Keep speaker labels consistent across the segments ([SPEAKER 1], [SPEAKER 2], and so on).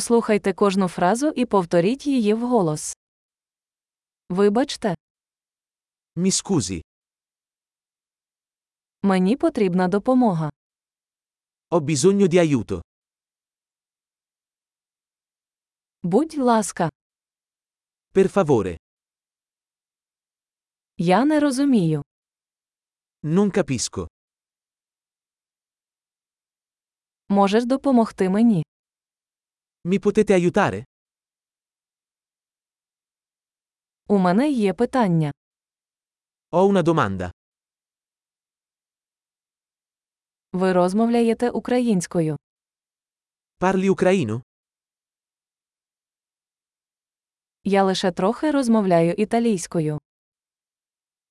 [SPEAKER 1] Послухайте кожну фразу і повторіть її вголос. Вибачте,
[SPEAKER 2] Mi scusi,
[SPEAKER 1] мені потрібна допомога.
[SPEAKER 2] ho bisogno di aiuto.
[SPEAKER 1] Будь ласка,
[SPEAKER 2] Per favore,
[SPEAKER 1] я не розумію.
[SPEAKER 2] non capisco.
[SPEAKER 1] Можеш допомогти мені?
[SPEAKER 2] Mi potete aiutare?
[SPEAKER 1] У мене є питання.
[SPEAKER 2] Ho una domanda.
[SPEAKER 1] Ви розмовляєте українською.
[SPEAKER 2] Parli ucraino?
[SPEAKER 1] Я лише трохи розмовляю італійською.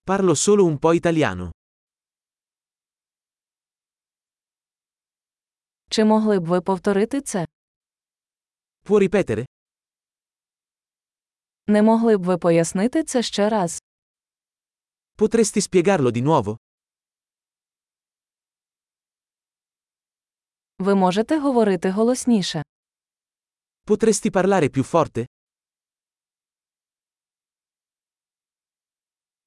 [SPEAKER 2] Parlo solo un po' italiano.
[SPEAKER 1] Чи могли б ви повторити це?
[SPEAKER 2] Può ripetere?
[SPEAKER 1] Не могли б ви пояснити це ще раз?
[SPEAKER 2] Potresti spiegarlo di nuovo?
[SPEAKER 1] Ви можете говорити голосніше.
[SPEAKER 2] Potresti parlare più forte?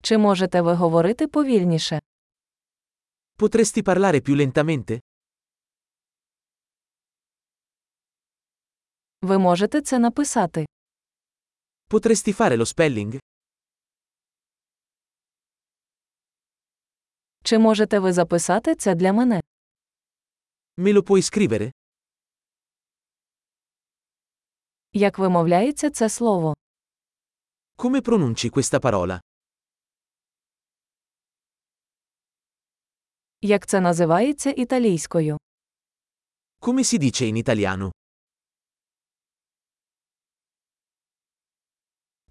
[SPEAKER 1] Чи можете ви говорити повільніше?
[SPEAKER 2] Potresti parlare più lentamente?
[SPEAKER 1] Ви можете це написати.
[SPEAKER 2] Potresti fare lo spelling?
[SPEAKER 1] Чи можете ви записати це для мене?
[SPEAKER 2] Me lo puoi scrivere?
[SPEAKER 1] Як вимовляється це слово?
[SPEAKER 2] Come pronunci questa parola?
[SPEAKER 1] Як це називається італійською?
[SPEAKER 2] Come si dice in italiano?